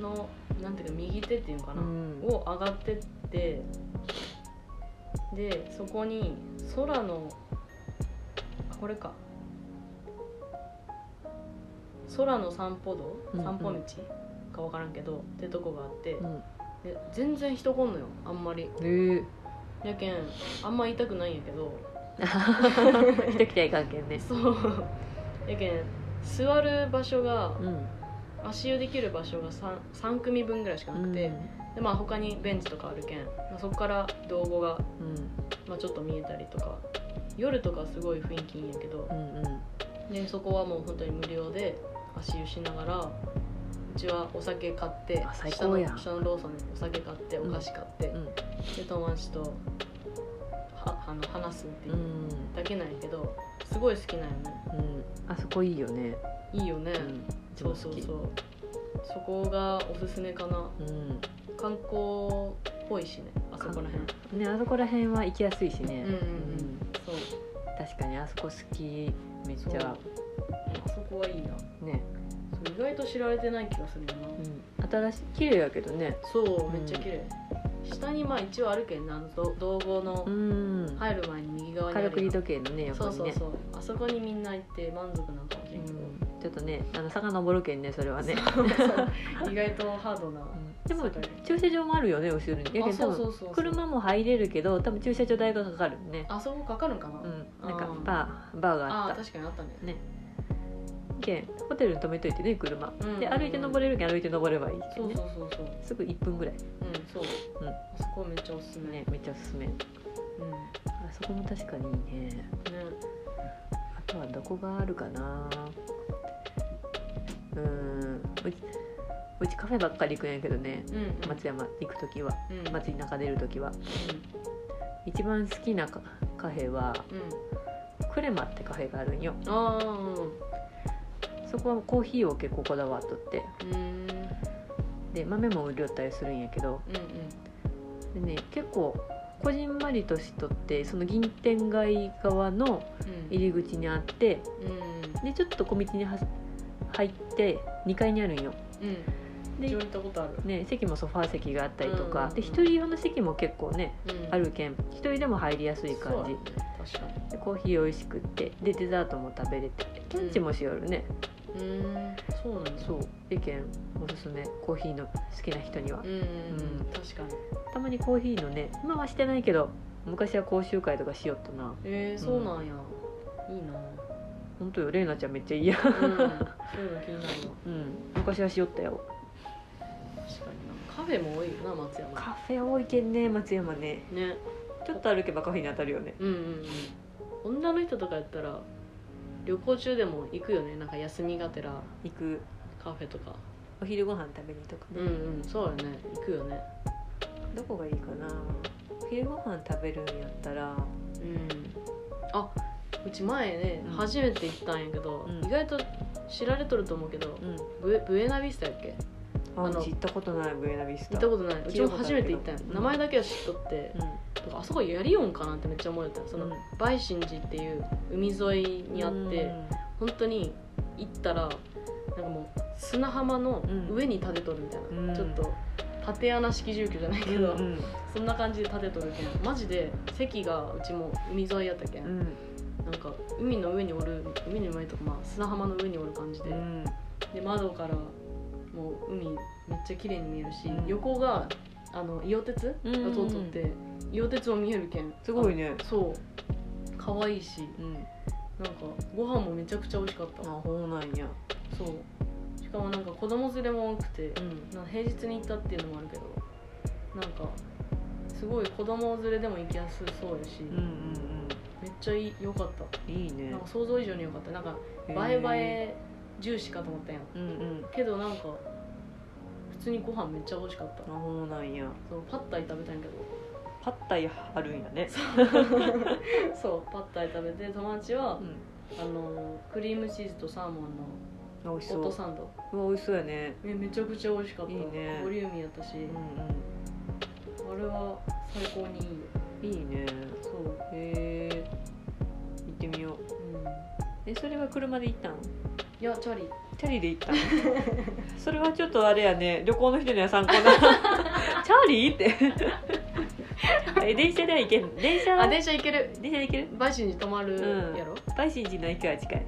Speaker 2: のなんていうか右手っていうのか
Speaker 1: う
Speaker 2: な、
Speaker 1: ん
Speaker 2: を上がってってでそこに空のあこれか空の散歩道、
Speaker 1: うんうん
Speaker 2: 散歩道か分からんけどってとこがあって、
Speaker 1: うん
Speaker 2: で全然人来んのよあんまり
Speaker 1: えー、
Speaker 2: やけんあんま言いたくないんやけど
Speaker 1: 人来たい関係ね
Speaker 2: そうやけん座る場所が
Speaker 1: うん
Speaker 2: 足湯できる場所が 3, 3組分ぐらいしかなくて、でまあ他にベンチとかあるけん、まあ、そこから道後が
Speaker 1: うん
Speaker 2: まあ、ちょっと見えたりとか夜とかすごい雰囲気いいんやけど
Speaker 1: う、んうん
Speaker 2: でそこはもう本当に無料で足湯しながらうちはお酒買って
Speaker 1: あ最
Speaker 2: 下
Speaker 1: 高や
Speaker 2: の
Speaker 1: ん
Speaker 2: 下のローソンでお酒買ってお
Speaker 1: うん
Speaker 2: 菓子買って、
Speaker 1: うん
Speaker 2: で友達とはあの話すっていううんだけなんやけどすごい好きなんよね
Speaker 1: うんあそこいいよね
Speaker 2: いいよね、
Speaker 1: うん
Speaker 2: そうそうそうそこがおすすめかな
Speaker 1: うん
Speaker 2: 観光っぽいしねあそこらへん
Speaker 1: ねあそこら辺は行きやすいしね
Speaker 2: うんうんう
Speaker 1: うん
Speaker 2: んそう
Speaker 1: 確かにあそこ好きめっ
Speaker 2: そう
Speaker 1: ちゃ
Speaker 2: あそこはいいな
Speaker 1: ね、
Speaker 2: そう意外と知られてない気がするよな、
Speaker 1: うん、新しい綺麗やけどね
Speaker 2: そう
Speaker 1: うん
Speaker 2: めっちゃ綺麗、下にまあ一応あるけんなど道後の
Speaker 1: うん
Speaker 2: 入る前に右側にあ
Speaker 1: カ
Speaker 2: る
Speaker 1: ラクリ
Speaker 2: やん
Speaker 1: 時計のね
Speaker 2: そ
Speaker 1: 横
Speaker 2: う
Speaker 1: に
Speaker 2: そう
Speaker 1: ね
Speaker 2: そうあそこにみんな行って満足なのかもしれんけど、
Speaker 1: うんちょっとねあの遡るけんねそれはね
Speaker 2: そうそう意外とハードな、
Speaker 1: うんでも
Speaker 2: そうだよね
Speaker 1: 駐車場もあるよね後ろにやけ
Speaker 2: あ
Speaker 1: ど
Speaker 2: そ
Speaker 1: 多
Speaker 2: うそ
Speaker 1: 分
Speaker 2: うそう
Speaker 1: 車も入れるけど多分駐車場代がかかるね
Speaker 2: あそこかかるんかな、
Speaker 1: うんなんか
Speaker 2: あー
Speaker 1: バーバーがあ
Speaker 2: あ
Speaker 1: っ
Speaker 2: あ
Speaker 1: た
Speaker 2: 確かにあったね
Speaker 1: けんホテルに止めといてね車
Speaker 2: ん
Speaker 1: で歩いて登れるけん歩いて登ればいいけ
Speaker 2: そ
Speaker 1: ん
Speaker 2: う
Speaker 1: ね
Speaker 2: そうそうそう
Speaker 1: すぐ1分ぐらい
Speaker 2: うんそう、
Speaker 1: うん
Speaker 2: あそこめっちゃおすすめ、
Speaker 1: ねめっちゃおすすめ
Speaker 2: うんね
Speaker 1: あそこも確かにいいねあとはどこがあるかなうんうちうちカフェばっかり行くんやけどね
Speaker 2: うんうん
Speaker 1: 松山行く時は
Speaker 2: うん
Speaker 1: 街中出る時は一番好きなカカフェは
Speaker 2: うんうん
Speaker 1: クレマってカフェがあるんよ
Speaker 2: あー
Speaker 1: そこはコーヒーを結構こだわっとって
Speaker 2: うんうん
Speaker 1: で豆も売りよったりするんやけどでね結構こじんまりとしとってその銀天街側の
Speaker 2: うん
Speaker 1: 入り口にあって
Speaker 2: う
Speaker 1: でちょっと小道には入って2階にあるんよ
Speaker 2: んうん
Speaker 1: で
Speaker 2: 一応行ったことある
Speaker 1: ね、席もソファー席があったりと
Speaker 2: うんうん
Speaker 1: か、
Speaker 2: うん
Speaker 1: で一人用の席も結構ね
Speaker 2: うん
Speaker 1: あるけん一人でも入りやすい感
Speaker 2: そう
Speaker 1: じ
Speaker 2: やね確か
Speaker 1: でコーヒー美味しくってでデザートも食べれてランチもしよるね、
Speaker 2: にうんそうなんだ
Speaker 1: そうでけんおすすめコーヒーの好きな人には、
Speaker 2: うんうんうん確かに
Speaker 1: たまにコーヒーのね今はしてないけど昔は講習会とかしよったな
Speaker 2: えーそうなんやいいな
Speaker 1: 本当よレイナちゃんめっちゃいいや
Speaker 2: うんそういうの気になるわ
Speaker 1: うん昔はしよったよ
Speaker 2: 確かになカフェも多いよな松山
Speaker 1: カフェ多いけんね松山ね
Speaker 2: ね
Speaker 1: ちょっと歩けばカフェに当たるよね
Speaker 2: うんうんうん女の人とかやったら旅行中でも行くよねなんか休みがてら
Speaker 1: 行く
Speaker 2: カフェとか
Speaker 1: お昼ご飯食べにとか
Speaker 2: う
Speaker 1: ね、
Speaker 2: んうんそうやね行くよね
Speaker 1: どこがいいかなお昼ご飯食べるんやったら
Speaker 2: うんあうち前ね
Speaker 1: うん
Speaker 2: 初めて行ったんやけど、
Speaker 1: うん
Speaker 2: 意外と知られとると思うけど、
Speaker 1: うん
Speaker 2: ブエブエナビスタやっけ
Speaker 1: あ
Speaker 2: あの
Speaker 1: うち行ったことないブエナビス
Speaker 2: 行
Speaker 1: タ
Speaker 2: ったことないうちも初めて行ったんや
Speaker 1: うん
Speaker 2: 名前だけは知っとって、とかあそこやりよんかなってめっちゃ思えたその、
Speaker 1: うん
Speaker 2: 梅神寺っていう海沿い
Speaker 1: うん
Speaker 2: にあって、本当に行ったらなんかもう砂浜の上に建てとるみたいな、
Speaker 1: うん
Speaker 2: ちょっと縦穴式住居じゃないけ
Speaker 1: うん
Speaker 2: ど、
Speaker 1: うん
Speaker 2: そんな感じで建てとるけんマジで席がうちも海沿いやったけん、
Speaker 1: うん
Speaker 2: なんか海の上におる海の上とか、まあ、砂浜の上におる感じで、
Speaker 1: うん
Speaker 2: で窓からもう海めっちゃ綺麗に見えるし、
Speaker 1: うん
Speaker 2: 横があの伊予鉄が
Speaker 1: うんうんうん
Speaker 2: 通っとって伊予鉄も見えるけん
Speaker 1: すごい
Speaker 2: ね
Speaker 1: ね
Speaker 2: そう可愛いし
Speaker 1: うん
Speaker 2: なんかご飯もめちゃくちゃ美味しかっ
Speaker 1: あ
Speaker 2: た
Speaker 1: ほうなんや
Speaker 2: そうしかもなんか子供連れも多くて
Speaker 1: うん
Speaker 2: なんか平日に行ったっていうのもあるけどなんかすごい子供連れでも行きやすそうやし、
Speaker 1: うんうん
Speaker 2: めっちゃいい良かっ
Speaker 1: うんいい
Speaker 2: た
Speaker 1: ね
Speaker 2: なんか想像以上に良かったなんか
Speaker 1: へー
Speaker 2: バエバエ重視かと思ったんや
Speaker 1: うんうん
Speaker 2: けどなんか普通にご飯めっちゃ美味しかった
Speaker 1: あほうなんや
Speaker 2: そうパッタイ食べたんやけ
Speaker 1: パッタイあるんやね
Speaker 2: どそうパッタイ食べて友達は、あのクリームチーズとサーモンの
Speaker 1: うん美味しそ
Speaker 2: ホット
Speaker 1: う
Speaker 2: サンド
Speaker 1: うわ美味しそうやね
Speaker 2: めめちゃくちゃ美味しかった
Speaker 1: いいね
Speaker 2: ボリューミーやったし、
Speaker 1: うん
Speaker 2: あれは最高にいいよ
Speaker 1: うんいいね
Speaker 2: そう、
Speaker 1: へえ行ってみよう
Speaker 2: うん、
Speaker 1: えそれは車で行ったん
Speaker 2: いやチャリ
Speaker 1: チャリで行った のそれはちょっとあれやね旅行の人には参 考なチャリってえ電車では行けん電車
Speaker 2: あ
Speaker 1: 電
Speaker 2: 電車行ける
Speaker 1: 車で行ける
Speaker 2: バイシンに泊まる
Speaker 1: うん
Speaker 2: やろ
Speaker 1: バイシン寺の駅は近い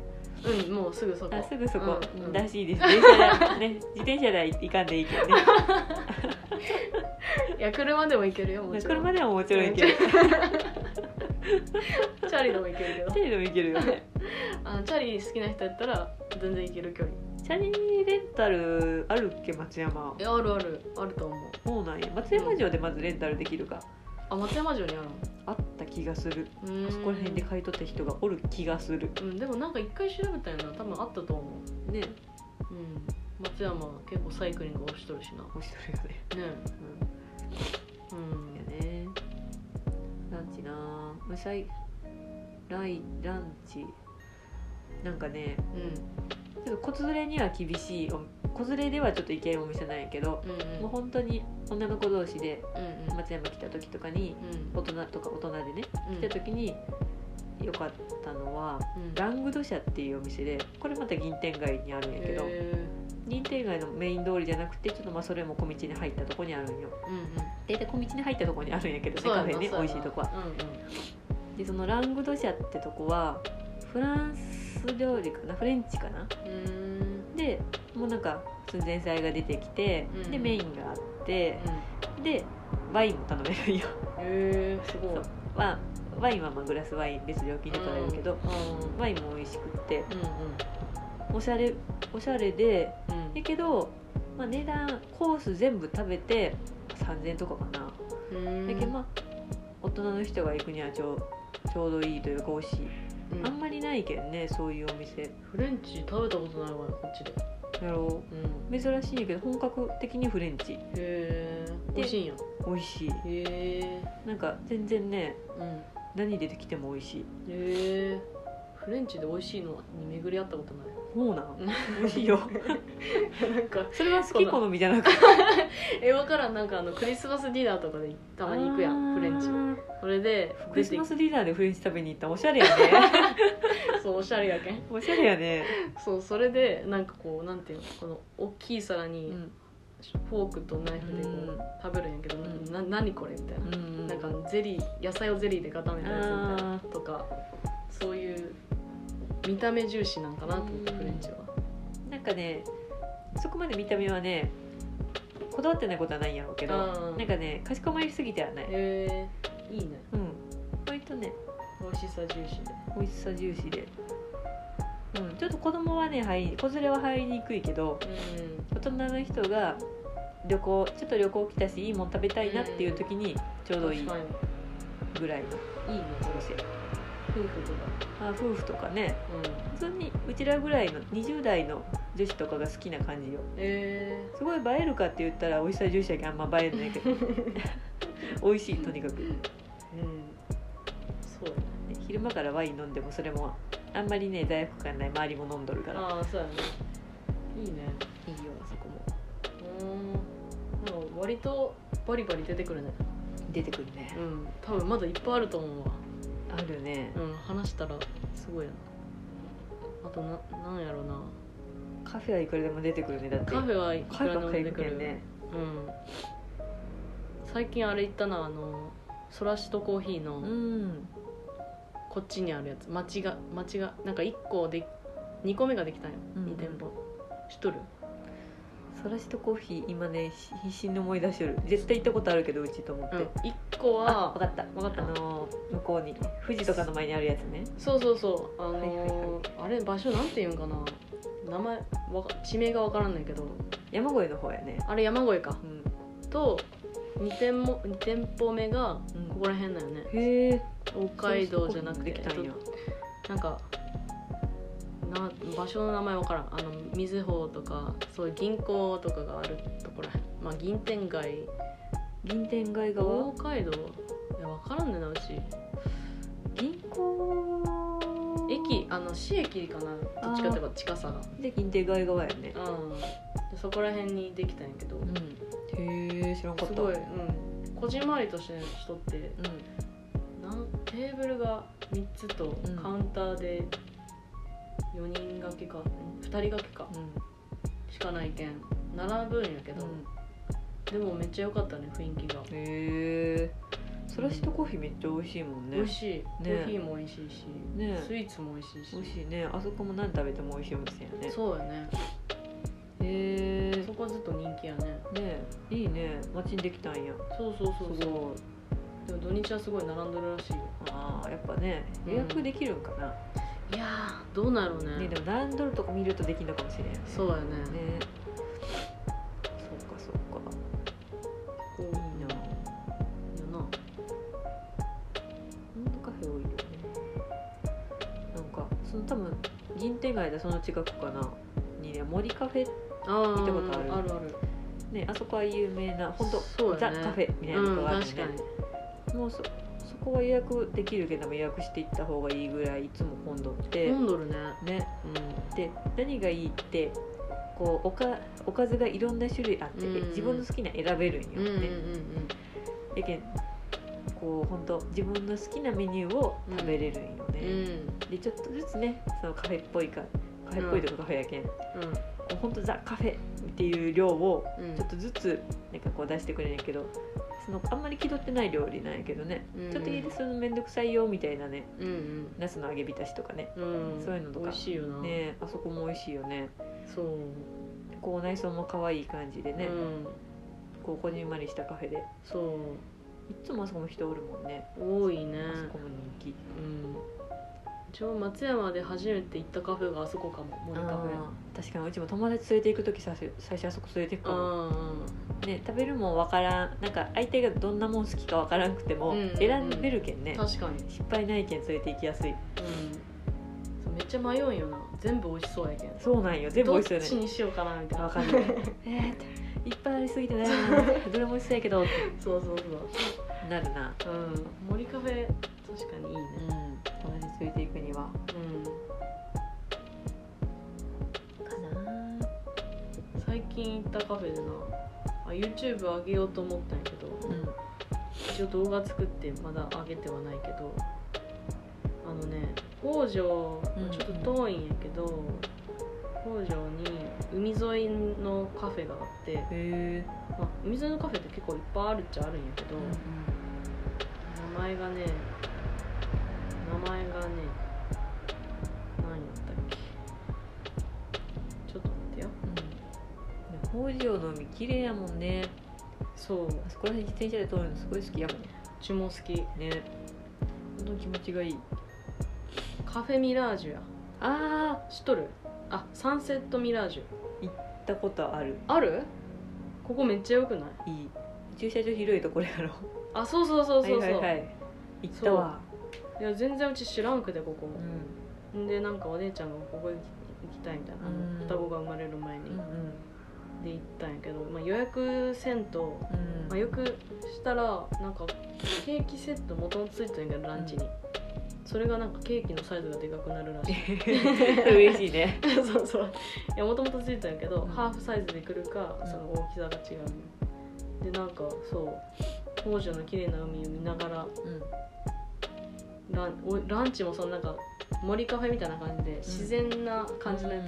Speaker 2: うん、もうすぐそこ
Speaker 1: あすぐそこ、
Speaker 2: うんうん
Speaker 1: らしいです電車で、ね、 自転車では行かんでいいけどね
Speaker 2: いや車でも行けるよもちろん
Speaker 1: 車ではもちろん行ける
Speaker 2: チャリでも行けるけど
Speaker 1: チャリでも行けるよね
Speaker 2: あのチャリ好きな人やったら全然行ける距離
Speaker 1: チャリレンタルあるっけ松山
Speaker 2: えあるあるあると思う
Speaker 1: そうなんや松山城でまずレンタルできるか、
Speaker 2: あ松山城にあるの
Speaker 1: あった気がする
Speaker 2: うーん
Speaker 1: あそこら辺で買い取った人がおる気がする
Speaker 2: うんでもなんか一回調べたよな多分あったと思
Speaker 1: ね
Speaker 2: ううん松山は結構サイクリング推しとるしな
Speaker 1: 面白いよね、
Speaker 2: ね
Speaker 1: うん
Speaker 2: うん
Speaker 1: やねランチなあ無菜ライランチなんかね
Speaker 2: うん
Speaker 1: ちょっと子連れには厳しいお子連れではちょっと行けるお店なんやけど、
Speaker 2: うんうん
Speaker 1: もう本当に女の子同士で
Speaker 2: うんうん
Speaker 1: 松山来た時とかに
Speaker 2: うん
Speaker 1: 大人とか大人でね
Speaker 2: うん
Speaker 1: 来た時に良かったのは
Speaker 2: うん
Speaker 1: ラングド社っていうお店でこれまた銀天街にあるんやけど
Speaker 2: へ
Speaker 1: 銀天街のメイン通りじゃなくてちょっとまあそれも小道に入ったとこにあるんよ
Speaker 2: ーうんうん
Speaker 1: 大体小道に入ったとこにあるんやけどね
Speaker 2: そうや
Speaker 1: カ
Speaker 2: な
Speaker 1: フェね
Speaker 2: そ
Speaker 1: 美
Speaker 2: うやな
Speaker 1: 味しいとこは
Speaker 2: うんうん
Speaker 1: でそのラングドシャってとこはフランス料理かなフレンチかな
Speaker 2: うーん
Speaker 1: でもうなんか普通に前菜が出てきて、
Speaker 2: うん
Speaker 1: でメインがあってでワインも頼めるんよ
Speaker 2: へえすごい
Speaker 1: そうまあワインはまあグラスワイン別料金で取れるけど、
Speaker 2: うん
Speaker 1: ワインも美味しくって
Speaker 2: うん
Speaker 1: おしゃれおしゃれで
Speaker 2: うんうん
Speaker 1: だけど、まあ、値段コース全部食べて3000とかかな、だけどまあ大人の人が行くにはちょうちょうどいいというか美味しい
Speaker 2: うん
Speaker 1: あんまりないけんねそういうお店
Speaker 2: フレンチ食べたことないわよこっちで
Speaker 1: やろ
Speaker 2: うん
Speaker 1: う珍しいけど本格的にフレンチ
Speaker 2: へえ美味しいんや
Speaker 1: 美味しい
Speaker 2: へえ
Speaker 1: なんか全然ね
Speaker 2: うん
Speaker 1: 何出てきても美味しい
Speaker 2: へえフレンチで美味しいのに巡り合ったことない
Speaker 1: そうなの美味しい よ
Speaker 2: なんか
Speaker 1: それは好き好みじゃなくて
Speaker 2: え分からんなんかあのクリスマスディナーとかでたまに行くやんフレンチそれで
Speaker 1: クリスマ
Speaker 2: ス
Speaker 1: スディナーでフレンチ食べに行ったらおしゃれや ね
Speaker 2: そうおしゃれや けん
Speaker 1: おしゃれやね、
Speaker 2: そうそれでなんかこうなんていうのこの大きい皿
Speaker 1: う
Speaker 2: に
Speaker 1: ん
Speaker 2: フォークとナイフでこ
Speaker 1: うん
Speaker 2: う食べるんやけど、
Speaker 1: うん
Speaker 2: な何これみたいな、
Speaker 1: うん、
Speaker 2: なんかゼリー野菜をゼリーで固めたやつみたい
Speaker 1: あ
Speaker 2: なとかそういう見た目重視なんかなと思って
Speaker 1: うん
Speaker 2: フレンチは
Speaker 1: なんかねそこまで見た目はねこだわってないことはないんやろうけど
Speaker 2: あー
Speaker 1: なんかねかしこまりすぎてはない
Speaker 2: へえいいね
Speaker 1: うん割とね
Speaker 2: 美味しさ重視で
Speaker 1: 美味しさ重視でうんちょっと子供はね入り子連れは入りにくいけど
Speaker 2: うん
Speaker 1: 大人の人が旅行ちょっと旅行来たしいいもん食べたいなっていう時にちょうどいい
Speaker 2: 確か
Speaker 1: ぐらいの
Speaker 2: にいいね
Speaker 1: お店
Speaker 2: 夫婦とか
Speaker 1: あ夫婦とかね普通にうちらぐらいの20代の女子とかが好きな感じよ
Speaker 2: うんへ
Speaker 1: すごい映えるかって言ったら美味しさ重視やけどあんま映えないけ ど美味しいとにかく、ね
Speaker 2: えうんそうやね
Speaker 1: 昼間からワイン飲んでもそれもあんまりね罪悪感ない周りも飲んどるから
Speaker 2: ああそうやねいいね
Speaker 1: いいよあそこも
Speaker 2: うんなんか割とバリバリ出てくるね
Speaker 1: 出てくるね
Speaker 2: うん多分まだいっぱいあると思うわ
Speaker 1: あるね
Speaker 2: うん話したらすごいなあとななんやろな
Speaker 1: カフェはいくらでも出てくるねだって
Speaker 2: カフェはい
Speaker 1: カフ
Speaker 2: く
Speaker 1: ェば
Speaker 2: らで
Speaker 1: っ
Speaker 2: も
Speaker 1: かり
Speaker 2: 出
Speaker 1: 行
Speaker 2: てく
Speaker 1: くけ
Speaker 2: る
Speaker 1: んね
Speaker 2: うん最近あれ行ったなあのソラシとコーヒー
Speaker 1: う
Speaker 2: の
Speaker 1: ん
Speaker 2: こっちにあるやつ町が町がなんか1個で2個目ができたんよ、
Speaker 1: うん
Speaker 2: 2店舗知っとる
Speaker 1: ソラシとコーヒー今ねし必死に思い出しとる絶対行ったことあるけどうちと思って、
Speaker 2: うん1個
Speaker 1: あ
Speaker 2: は
Speaker 1: 分かった
Speaker 2: わかった
Speaker 1: あのー向こうに富士とかの前にあるやつね
Speaker 2: そうそうそうあのー
Speaker 1: はいはいはい
Speaker 2: あれ場所なんていうんかな名前わか地名がわからんねんけど
Speaker 1: 山越えの方やね
Speaker 2: あれ山越えか
Speaker 1: うん、
Speaker 2: と2店も二店舗目が
Speaker 1: うん
Speaker 2: ここら辺だよね
Speaker 1: へえ
Speaker 2: 北海道じゃなくて
Speaker 1: できたんや
Speaker 2: えっとなんかな場所の名前わからんあのみずほとかそういう銀行とかがあるところらへんまあ銀天街
Speaker 1: 銀天街側
Speaker 2: 北海道いやわからんねんなうち
Speaker 1: 銀行
Speaker 2: 駅あの市駅かなどっちかっていうと近さが
Speaker 1: で銀天街側やね
Speaker 2: うんでそこら辺にできたんやけど、
Speaker 1: うんへえ知らんかった
Speaker 2: すごい、うん、こじんまりとしてしとって
Speaker 1: う
Speaker 2: なんテーブルが3つと
Speaker 1: うん
Speaker 2: カウンターで4人掛けか2人掛けか
Speaker 1: んうん
Speaker 2: しかないけん並ぶんやけど、でもめっちゃ良かったね雰囲気が、
Speaker 1: へえソラシとコーヒーめっちゃ美味しいもんね
Speaker 2: 美味しい、コーヒーも美味しいし、
Speaker 1: ね
Speaker 2: スイーツも美味しいし
Speaker 1: 美味しいねあそこも何食べても美味しいお店やね
Speaker 2: そうやね
Speaker 1: へ
Speaker 2: そこずっと人気やね
Speaker 1: えねいいね街にできたんや
Speaker 2: そうそうそう
Speaker 1: す
Speaker 2: そう
Speaker 1: ごい
Speaker 2: でも土日はすごい並んどるらしいよ
Speaker 1: ああやっぱね
Speaker 2: うん
Speaker 1: 予約できるんかな、
Speaker 2: いやーどうなるね
Speaker 1: ねでも並んどるとこ見るとできるのかもしれんね
Speaker 2: そうやね
Speaker 1: ねそうかそうか
Speaker 2: こうい
Speaker 1: いいな
Speaker 2: やな
Speaker 1: ほんとカフェ多いよねなんかその多分銀天街でその近くかなにね森カフェ
Speaker 2: あー
Speaker 1: 見たことある
Speaker 2: あるある
Speaker 1: ねあそこは有名な本当
Speaker 2: そう
Speaker 1: ザ・
Speaker 2: やね
Speaker 1: カフェみたいな
Speaker 2: う
Speaker 1: と
Speaker 2: ん
Speaker 1: こがあるよ
Speaker 2: 確
Speaker 1: ね
Speaker 2: か、に
Speaker 1: もうそそこは予約できるけども予約していった方がいいぐらいいつも混んどって、
Speaker 2: 混んどるね
Speaker 1: ねで何がいいってこうおかおかずがいろんな種類あって、
Speaker 2: うんうん
Speaker 1: 自分の好きなの選べるんよ、
Speaker 2: うんうんうん
Speaker 1: ねやけんこう本当自分の好きなメニューを食べれるんよね、
Speaker 2: うんうん
Speaker 1: でちょっとずつねそのカフェっぽいかカフェっぽいとかカフェやけん、こうほんとザ・カフェっていう量を
Speaker 2: うん
Speaker 1: ちょっとずつなんかこう出してくれるんやけどそのあんまり気取ってない料理なんやけどね、
Speaker 2: うん
Speaker 1: ちょっと家でその面倒くさいよみたいなね
Speaker 2: うんうん
Speaker 1: ナスの揚げ浸しとかね
Speaker 2: うん
Speaker 1: そういうのとか
Speaker 2: 美味しいよな
Speaker 1: ねあそこも美味しいよね
Speaker 2: そう
Speaker 1: こう内装も可愛い感じでね、
Speaker 2: うん
Speaker 1: こうこじんまりしたカフェでい
Speaker 2: そ
Speaker 1: っつもあそこも人おるもんね、
Speaker 2: う多いね
Speaker 1: あそこも人気
Speaker 2: うん一応松山で初めて行ったカフェがあそこかも森カフェ
Speaker 1: あー確かにうちも友達連れて行く時させ最初あそこ連れて行くかも
Speaker 2: うん
Speaker 1: ね、食べるもん分からんなんか相手がどんなもん好きか分からんくても
Speaker 2: うんうんうん
Speaker 1: 選べるけんね、
Speaker 2: 確かに
Speaker 1: 失敗ないけん連れて行きやすい
Speaker 2: うんめっちゃ迷うんよな全部美味しそうやけん
Speaker 1: そうなんよ全部美味
Speaker 2: どっ
Speaker 1: し
Speaker 2: ち
Speaker 1: そうよね
Speaker 2: にしようかなみたいな
Speaker 1: わか んないえーっていっぱいありすぎてねどれも美味しそうやけどって
Speaker 2: そうそう
Speaker 1: なるな
Speaker 2: そううん森カフェ確かにいいね
Speaker 1: うん友達連れていくにはかな
Speaker 2: うん最近行ったカフェでなあ YouTube 上げようと思ったんやけど
Speaker 1: うん
Speaker 2: 一応動画作ってまだ上げてはないけどあのね北条
Speaker 1: うん
Speaker 2: ちょっと遠いんやけど、北条に海沿いのカフェがあって、
Speaker 1: へえ
Speaker 2: まあ、海沿いのカフェって結構いっぱいあるっちゃあるんやけど、名前がね名前がね何やったっけちょっと待ってよ
Speaker 1: うん北条の海綺麗やもんね
Speaker 2: そう
Speaker 1: あそこら辺自転車で通るのすごい好きやもん
Speaker 2: うちも好き
Speaker 1: ね本当に気持ちがいい
Speaker 2: カフェミラージュや
Speaker 1: あ
Speaker 2: 知っとるあサンセットミラージュ
Speaker 1: あ行ったことある
Speaker 2: あるここめっちゃよくない
Speaker 1: いい駐車場広いところやろ
Speaker 2: あそうそうそうそうそう、
Speaker 1: はい
Speaker 2: い
Speaker 1: はいはい行ったわ
Speaker 2: や全然うち知らんくてここ
Speaker 1: う
Speaker 2: も、
Speaker 1: ん
Speaker 2: ん、でなんかお姉ちゃんがここ行き行きたいみたいな、あの
Speaker 1: うん
Speaker 2: 双子が生まれる前に、
Speaker 1: うん
Speaker 2: で行ったんやけど、まあ、予約せんと、
Speaker 1: うん
Speaker 2: まあ、よくしたらなんかケーキセット元々ついてんやけどランチに、それがなんかケーキのサイズがでかくなるらしい
Speaker 1: 嬉しいね
Speaker 2: そうそういやもともとついてたんやけど、
Speaker 1: うん
Speaker 2: ハーフサイズで来るかその大きさが違うのよでなんかそう北条の綺麗な海を見ながら
Speaker 1: うん
Speaker 2: ランおランチもそのなんか森カフェみたいな感じで自然な感じのや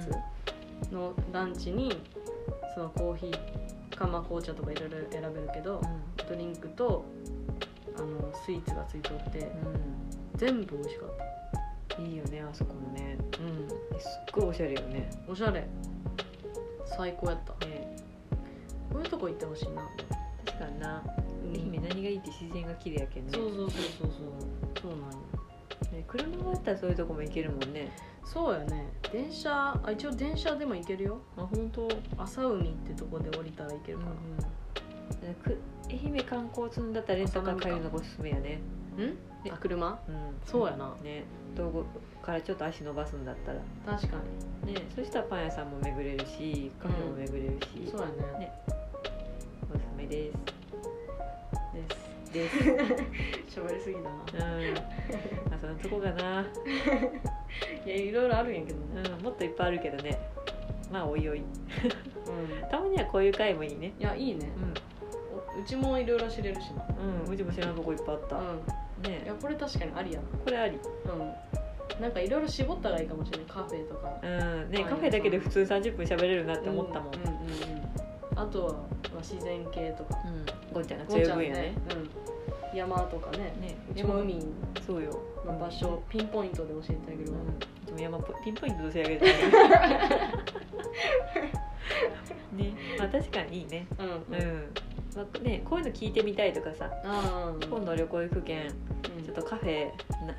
Speaker 2: つのランチにそのコーヒーかまあ紅茶とかいろいろ選べるけどドリンクとあのスイーツがついておって全部美味しかっ
Speaker 1: うんいいよねあそこもね
Speaker 2: たう
Speaker 1: すっごいおしゃれよね
Speaker 2: んおしゃれ最高やったこ
Speaker 1: ね
Speaker 2: ういうとこ行ってほしいな
Speaker 1: 確かにな
Speaker 2: 海
Speaker 1: 愛媛何がいいって自然が綺麗やけんね
Speaker 2: そうそうそうそうそうそうなんよ
Speaker 1: ね車があったらそういうとこも行けるもんね
Speaker 2: そうやね電車あ一応電車でも行けるよ
Speaker 1: あ本当
Speaker 2: 朝海ってとこで降りたら行けるかな、
Speaker 1: うんく愛媛観光積んだったらレンタカー借りるのがおすすめやね
Speaker 2: うんあ車
Speaker 1: うん
Speaker 2: そうやな
Speaker 1: ね道後からちょっと足伸ばすんだったら
Speaker 2: 確か
Speaker 1: ねそしたらパン屋さんも巡れるしカフェも巡れるし、
Speaker 2: にそうやね
Speaker 1: おすすめです
Speaker 2: です
Speaker 1: です
Speaker 2: 喋りすぎだな
Speaker 1: うん、あそのとこかな、
Speaker 2: いやいろいろあるんやけどね
Speaker 1: うん、もっといっぱいあるけどねまあおいおい
Speaker 2: うん
Speaker 1: たまにはこういう回もいいね
Speaker 2: いやいいね
Speaker 1: う
Speaker 2: おうちもいろいろ知れるし
Speaker 1: ん、うん、うちも知らんとこいっぱいあった、
Speaker 2: なうんい
Speaker 1: ね
Speaker 2: やこれ確かにありやな
Speaker 1: これあり
Speaker 2: うんなんかいろいろ絞ったらいいかもしれないカフェとか
Speaker 1: うんね
Speaker 2: あ
Speaker 1: カフェだけで普通30分喋れるなって思ったもん、う
Speaker 2: うんんうんうんうんあとはまあ自然系とか
Speaker 1: ゴンちゃんが
Speaker 2: ゴンち
Speaker 1: 強
Speaker 2: ゃ
Speaker 1: い分や
Speaker 2: ん
Speaker 1: ね
Speaker 2: うん山とかね
Speaker 1: ね
Speaker 2: うちも海
Speaker 1: そうよ
Speaker 2: の場所ピンポイントで教えてあげ
Speaker 1: う
Speaker 2: る
Speaker 1: ん
Speaker 2: わ
Speaker 1: うちも山ポピンポイントとせ上げて るねまあ確かにいいね
Speaker 2: うん
Speaker 1: うん、まあ、ねこういうの聞いてみたいとかさ
Speaker 2: あー
Speaker 1: 今度旅行行くけん
Speaker 2: うん
Speaker 1: ちょっとカフェな、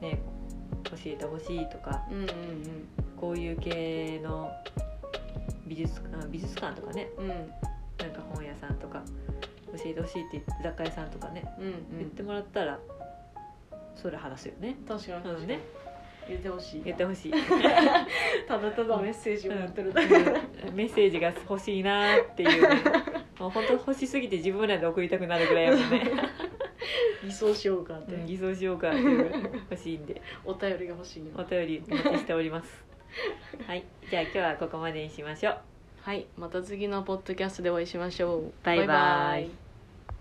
Speaker 1: ね、教えてほしいとか
Speaker 2: うんうん
Speaker 1: こういう系の美術あ美術館とかね
Speaker 2: うんうん
Speaker 1: なんか本屋さんとか教えてほしいって雑貨屋さんとかね、
Speaker 2: うんう
Speaker 1: 言っ
Speaker 2: ん
Speaker 1: てもらったらそれ話すよね。
Speaker 2: 確かに確か
Speaker 1: うん
Speaker 2: に
Speaker 1: ね、
Speaker 2: 言ってほしい
Speaker 1: 言ってほしい、
Speaker 2: ただただメッセージを持ってるだけ
Speaker 1: メッセージが欲しいなっていう、ね、もう本当欲しすぎて自分らで送りたくなるぐらいやもんね、
Speaker 2: 偽装しようかって、
Speaker 1: うん、偽装しようかっていう欲しいんで
Speaker 2: お便りが欲しいよ
Speaker 1: お便りお待ちしておりますはいじゃあ今日はここまでにしましょう
Speaker 2: はいまた次のポッドキャストでお会いしましょう
Speaker 1: バイバイ